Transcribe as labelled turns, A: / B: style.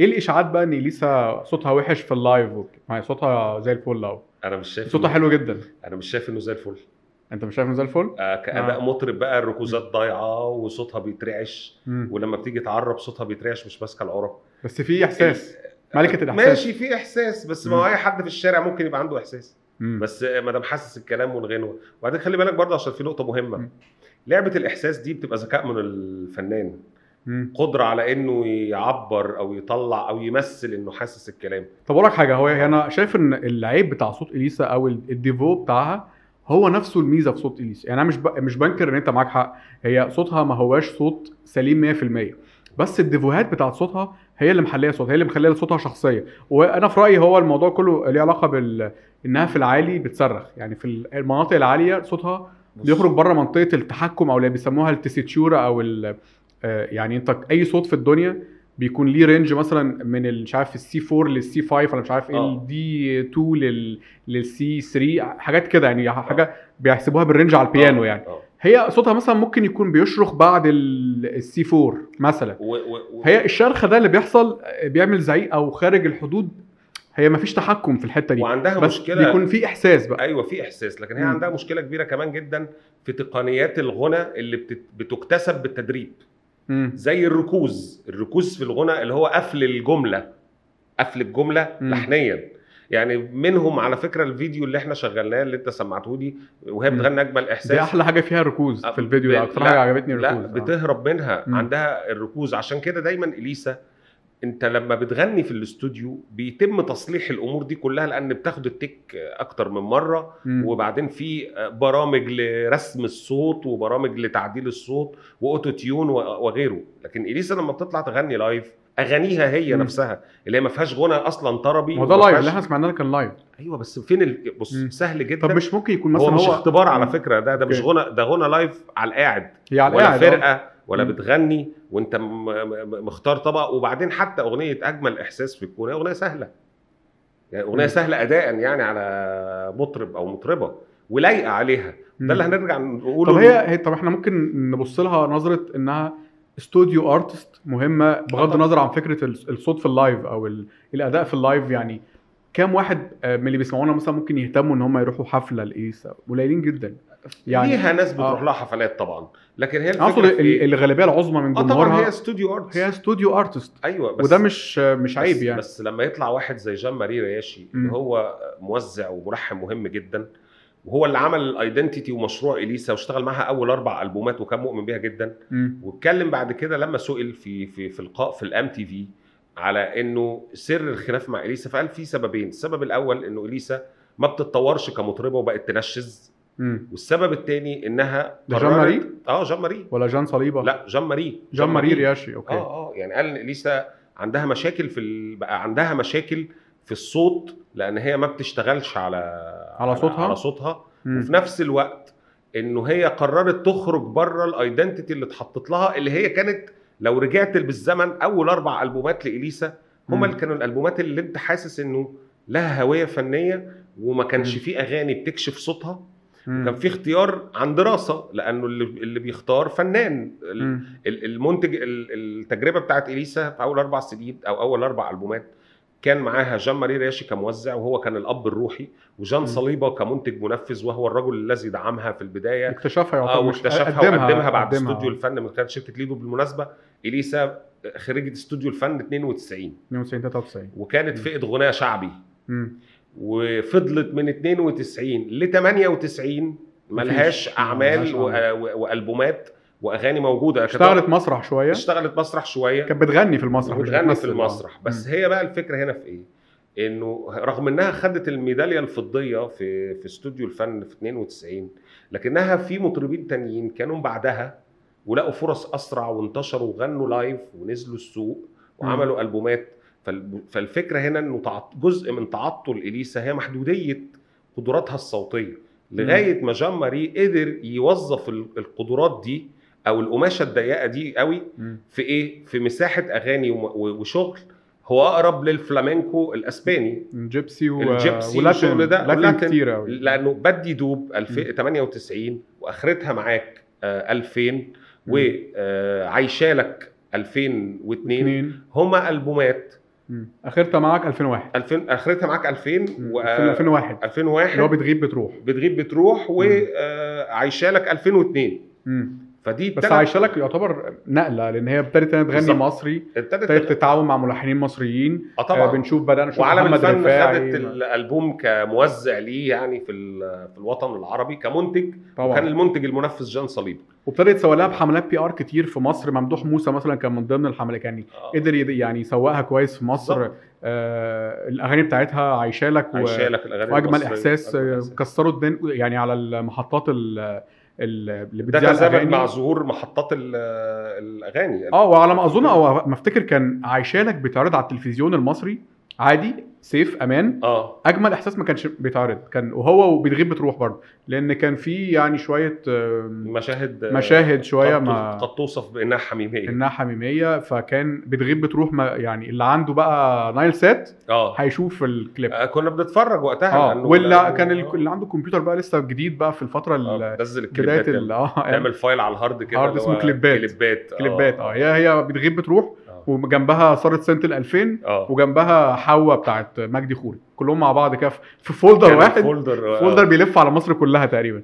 A: ايه الاشاعات بقى ان اليسا صوتها وحش في اللايف وك- ما هي صوتها زي الفل اهو
B: انا مش شايف
A: صوتها
B: إنه-
A: حلو جدا
B: انا مش شايف انه زي الفل
A: انت مش شايف إنه زي الفل
B: آه كاداء
A: آه.
B: مطرب بقى الركوزات ضايعه وصوتها بيترعش
A: مم.
B: ولما بتيجي تعرب صوتها بيترعش مش ماسكه العرب آه،
A: بس في احساس ملكه الاحساس
B: ماشي في احساس بس ما هو
A: مم.
B: اي حد في الشارع ممكن يبقى عنده احساس
A: مم.
B: بس آه، ما دام حاسس الكلام والغنوه وبعدين خلي بالك برضه عشان في نقطه مهمه
A: مم.
B: لعبه الاحساس دي بتبقى ذكاء من الفنان
A: مم.
B: قدره على انه يعبر او يطلع او يمثل انه حاسس الكلام
A: طب اقول لك حاجه هو انا شايف ان العيب بتاع صوت اليسا او ال- الديفو بتاعها هو نفسه الميزه في صوت اليسا يعني انا مش ب... مش بنكر ان انت معاك حق هي صوتها ما هواش صوت سليم 100% بس الديفوهات بتاعت صوتها هي اللي محليه صوتها هي اللي مخليه صوتها شخصيه وانا في رايي هو الموضوع كله ليه علاقه بال انها في العالي بتصرخ يعني في ال- المناطق العاليه صوتها
B: بص،
A: بيخرج بره منطقه التحكم او اللي بيسموها التسيتشورا او ال- آه، يعني انت اي صوت في الدنيا بيكون ليه رينج مثلا من ال- مش عارف السي 4 للسي 5 ولا مش عارف ايه
B: آه.
A: الدي 2 لل للسي 3 حاجات كده يعني حاجه بيحسبوها بالرينج على البيانو
B: آه،
A: يعني
B: آه.
A: هي صوتها مثلا ممكن يكون بيشرخ بعد السي 4 مثلا
B: و- و- و-
A: هي الشرخ ده اللي بيحصل آه، بيعمل زعيق او خارج الحدود هي مفيش تحكم في الحته دي
B: وعندها
A: بس
B: مشكله
A: بيكون في احساس بقى
B: ايوه في احساس لكن هي
A: مم.
B: عندها مشكله كبيره كمان جدا في تقنيات الغنى اللي بتت- بتكتسب بالتدريب
A: مم.
B: زي الركوز الركوز في الغنى اللي هو قفل الجمله قفل الجمله
A: مم.
B: لحنيا يعني منهم على فكره الفيديو اللي احنا شغلناه اللي انت سمعته لي وهي
A: مم.
B: بتغني اجمل
A: دي
B: احساس
A: احلى حاجه فيها الركوز
B: أب-
A: في الفيديو ده
B: لا-
A: اكتر حاجه عجبتني
B: لا
A: الركوز آه.
B: بتهرب منها
A: مم.
B: عندها الركوز عشان كده دايما اليسا انت لما بتغني في الاستوديو بيتم تصليح الامور دي كلها لان بتاخد التك اكتر من مره
A: مم.
B: وبعدين في برامج لرسم الصوت وبرامج لتعديل الصوت واوتو تيون و- وغيره لكن اليسا لما بتطلع تغني لايف اغانيها هي
A: مم.
B: نفسها اللي هي ما فيهاش غنى اصلا طربي
A: ما هو ده
B: وما
A: لايف
B: فيهاش-
A: اللي احنا سمعناه ده كان لايف
B: ايوه بس فين ال... بص
A: مم.
B: سهل جدا
A: طب مش ممكن يكون مثلا
B: هو
A: هو,
B: مش اختبار على فكره ده ده مش
A: أوكي.
B: غنى ده غنى لايف على القاعد
A: هي على
B: ولا
A: القاعد، آه.
B: فرقه ولا
A: مم.
B: بتغني وانت م- م- م- مختار طبق وبعدين حتى اغنيه اجمل احساس في الكون هي اغنيه سهله يعني اغنيه
A: مم.
B: سهله اداء يعني على مطرب او مطربه ولايقه عليها
A: مم.
B: ده اللي هنرجع نقوله
A: طب هي هي- طب احنا ممكن نبص لها نظره انها استوديو ارتست مهمه بغض
B: طبعاً.
A: النظر عن فكره الص- الصوت في اللايف او ال- الاداء في اللايف يعني كام واحد آه، من اللي بيسمعونا مثلا ممكن يهتموا ان هم يروحوا حفله لايسا قليلين جدا
B: يعني
A: يعني
B: ليها ناس بتروح
A: آه.
B: لها حفلات طبعا لكن هي الفكره
A: اقصد
B: في إيه؟
A: ال- الغالبيه العظمى من
B: اه طبعا هي
A: جمهورها
B: استوديو ارت
A: هي استوديو ارتست
B: ايوه بس
A: وده مش آه، مش عيب
B: بس
A: يعني
B: بس لما يطلع واحد زي جان ماري رياشي
A: مم.
B: اللي هو موزع وملحن مهم جدا وهو اللي عمل الايدنتيتي ومشروع اليسا واشتغل معاها اول اربع البومات وكان مؤمن بيها جدا
A: مم.
B: واتكلم بعد كده لما سئل في في في لقاء في الام تي في على انه سر الخلاف مع اليسا فقال في سببين السبب الاول انه اليسا ما بتتطورش كمطربه وبقت تنشز
A: مم.
B: والسبب الثاني انها
A: ده جان
B: قررت-
A: ماري
B: اه جان ماري
A: ولا جان صليبه
B: لا جان ماري
A: جان ماري رياشي اوكي
B: اه اه يعني قال ان اليسا عندها مشاكل في ال... بقى عندها مشاكل في الصوت لان هي ما بتشتغلش على
A: على صوتها؟
B: على صوتها
A: مم.
B: وفي نفس الوقت انه هي قررت تخرج بره الايدنتيتي اللي اتحطت لها اللي هي كانت لو رجعت بالزمن اول اربع البومات لاليسا هما
A: مم.
B: اللي كانوا الالبومات اللي انت حاسس انه لها هويه فنيه وما كانش
A: مم.
B: فيه اغاني بتكشف صوتها
A: مم.
B: كان في اختيار عن دراسه لانه اللي, اللي بيختار فنان ال-
A: مم.
B: ال- المنتج ال- التجربه بتاعت اليسا في اول اربع سنين او اول اربع البومات كان معاها جان ماري رياشي كموزع وهو كان الاب الروحي وجان
A: مم.
B: صليبه كمنتج منفذ وهو الرجل الذي دعمها في البدايه
A: اكتشفها يعتبر
B: او
A: مش-
B: اكتشفها آه، وقدمها بعد
A: قدمها.
B: استوديو الفن من خلال شركه ليدو بالمناسبه اليسا خريجه استوديو الفن 92
A: 92 93
B: وكانت
A: مم.
B: فئه غناء شعبي
A: مم.
B: وفضلت من 92 ل 98 ملهاش
A: مفيش
B: اعمال
A: أعمال.
B: وأ- وأ- والبومات واغاني موجوده
A: اشتغلت مسرح شويه
B: اشتغلت مسرح شويه
A: كانت بتغني في المسرح مش
B: وبتغني في
A: بتمثل.
B: المسرح
A: آه.
B: بس
A: مم.
B: هي بقى الفكره هنا في ايه؟ انه رغم انها خدت الميداليه الفضيه في في استوديو الفن في 92 لكنها في مطربين تانيين كانوا بعدها ولقوا فرص اسرع وانتشروا وغنوا لايف ونزلوا السوق وعملوا البومات فال- فالفكره هنا انه تعط- جزء من تعطل اليسا هي محدوديه قدراتها الصوتيه لغايه ما جان ماري قدر يوظف ال- القدرات دي او القماشه الضيقه دي قوي
A: مم.
B: في ايه في مساحه اغاني وم- و- وشغل هو اقرب للفلامنكو الاسباني
A: الجيبسي و...
B: الجيبسي
A: ولاتن
B: والشغل ده،
A: لاتن
B: واللاتن.
A: كتير قوي
B: لانه بدي دوب الف-
A: مم.
B: 98 واخرتها معاك آه، 2000 وعايشالك 2002 هما البومات
A: مم. اخرتها معاك 2001
B: 2000 اخرتها معاك 2000
A: مم.
B: و
A: 2001 اللي هو
B: 2001
A: بتغيب بتروح
B: بتغيب بتروح وعايشه لك 2002
A: مم.
B: فدي
A: بس
B: التلات-
A: عايشه لك يعتبر نقله لان هي ابتدت انها تغني
B: بالظبط.
A: مصري ابتدت
B: ابتدت
A: تتعاون مع ملحنين مصريين
B: اه
A: آه،
B: طبعا
A: بنشوف بدانا نشوف
B: وعالم
A: محمد
B: الفن
A: رفاعي
B: خدت الالبوم كموزع ليه يعني في ال- في الوطن العربي كمنتج وكان
A: طبعا
B: المنتج المنفذ جان صليب
A: وابتدت تسوق لها بحملات بي ار كتير في مصر ممدوح موسى مثلا كان من ضمن الحملات كان قدر يد- يعني يسوقها كويس في مصر
B: بالظبط.
A: آه الاغاني بتاعتها عايشه لك و...
B: عايشه لك الاغاني
A: واجمل
B: المصرية.
A: احساس
B: أجمل
A: آه،
B: إحساس.
A: كسروا الدن يعني على المحطات ال... ال- اللي
B: ده
A: بتذيع
B: تزامن
A: الاغاني
B: مع ظهور محطات ال- الاغاني
A: اه وعلى ما اظن او ما افتكر كان عايشه لك بيتعرض على التلفزيون المصري عادي سيف امان
B: اه
A: اجمل احساس ما كانش بيتعرض كان وهو وبتغيب بتروح برضه لان كان في يعني شويه آم،
B: مشاهد آه،
A: مشاهد شويه
B: قد-
A: ما
B: قد توصف بانها حميميه
A: انها حميميه فكان بتغيب بتروح ما يعني اللي عنده بقى نايل سات
B: اه
A: هيشوف الكليب
B: آه، كنا بنتفرج وقتها
A: اه
B: لأنه-
A: ولا
B: لأنه-
A: كان ال- اللي عنده كمبيوتر بقى لسه جديد بقى في الفتره ال-
B: آه، بنزل الكليبات
A: بدايه ال-
B: ال-
A: اه يعني
B: تعمل فايل على الهارد كده
A: هارد
B: اللي
A: اسمه
B: هو
A: كليبات.
B: كليبات آه.
A: كليبات اه هي هي بتغيب بتروح
B: آه.
A: وجنبها ثاره سنه ال 2000
B: اه
A: وجنبها حوا بتاعت مجدي خوري كلهم مع بعض كده في فولدر
B: كان
A: واحد
B: فولدر آه.
A: فولدر بيلف على مصر كلها تقريبا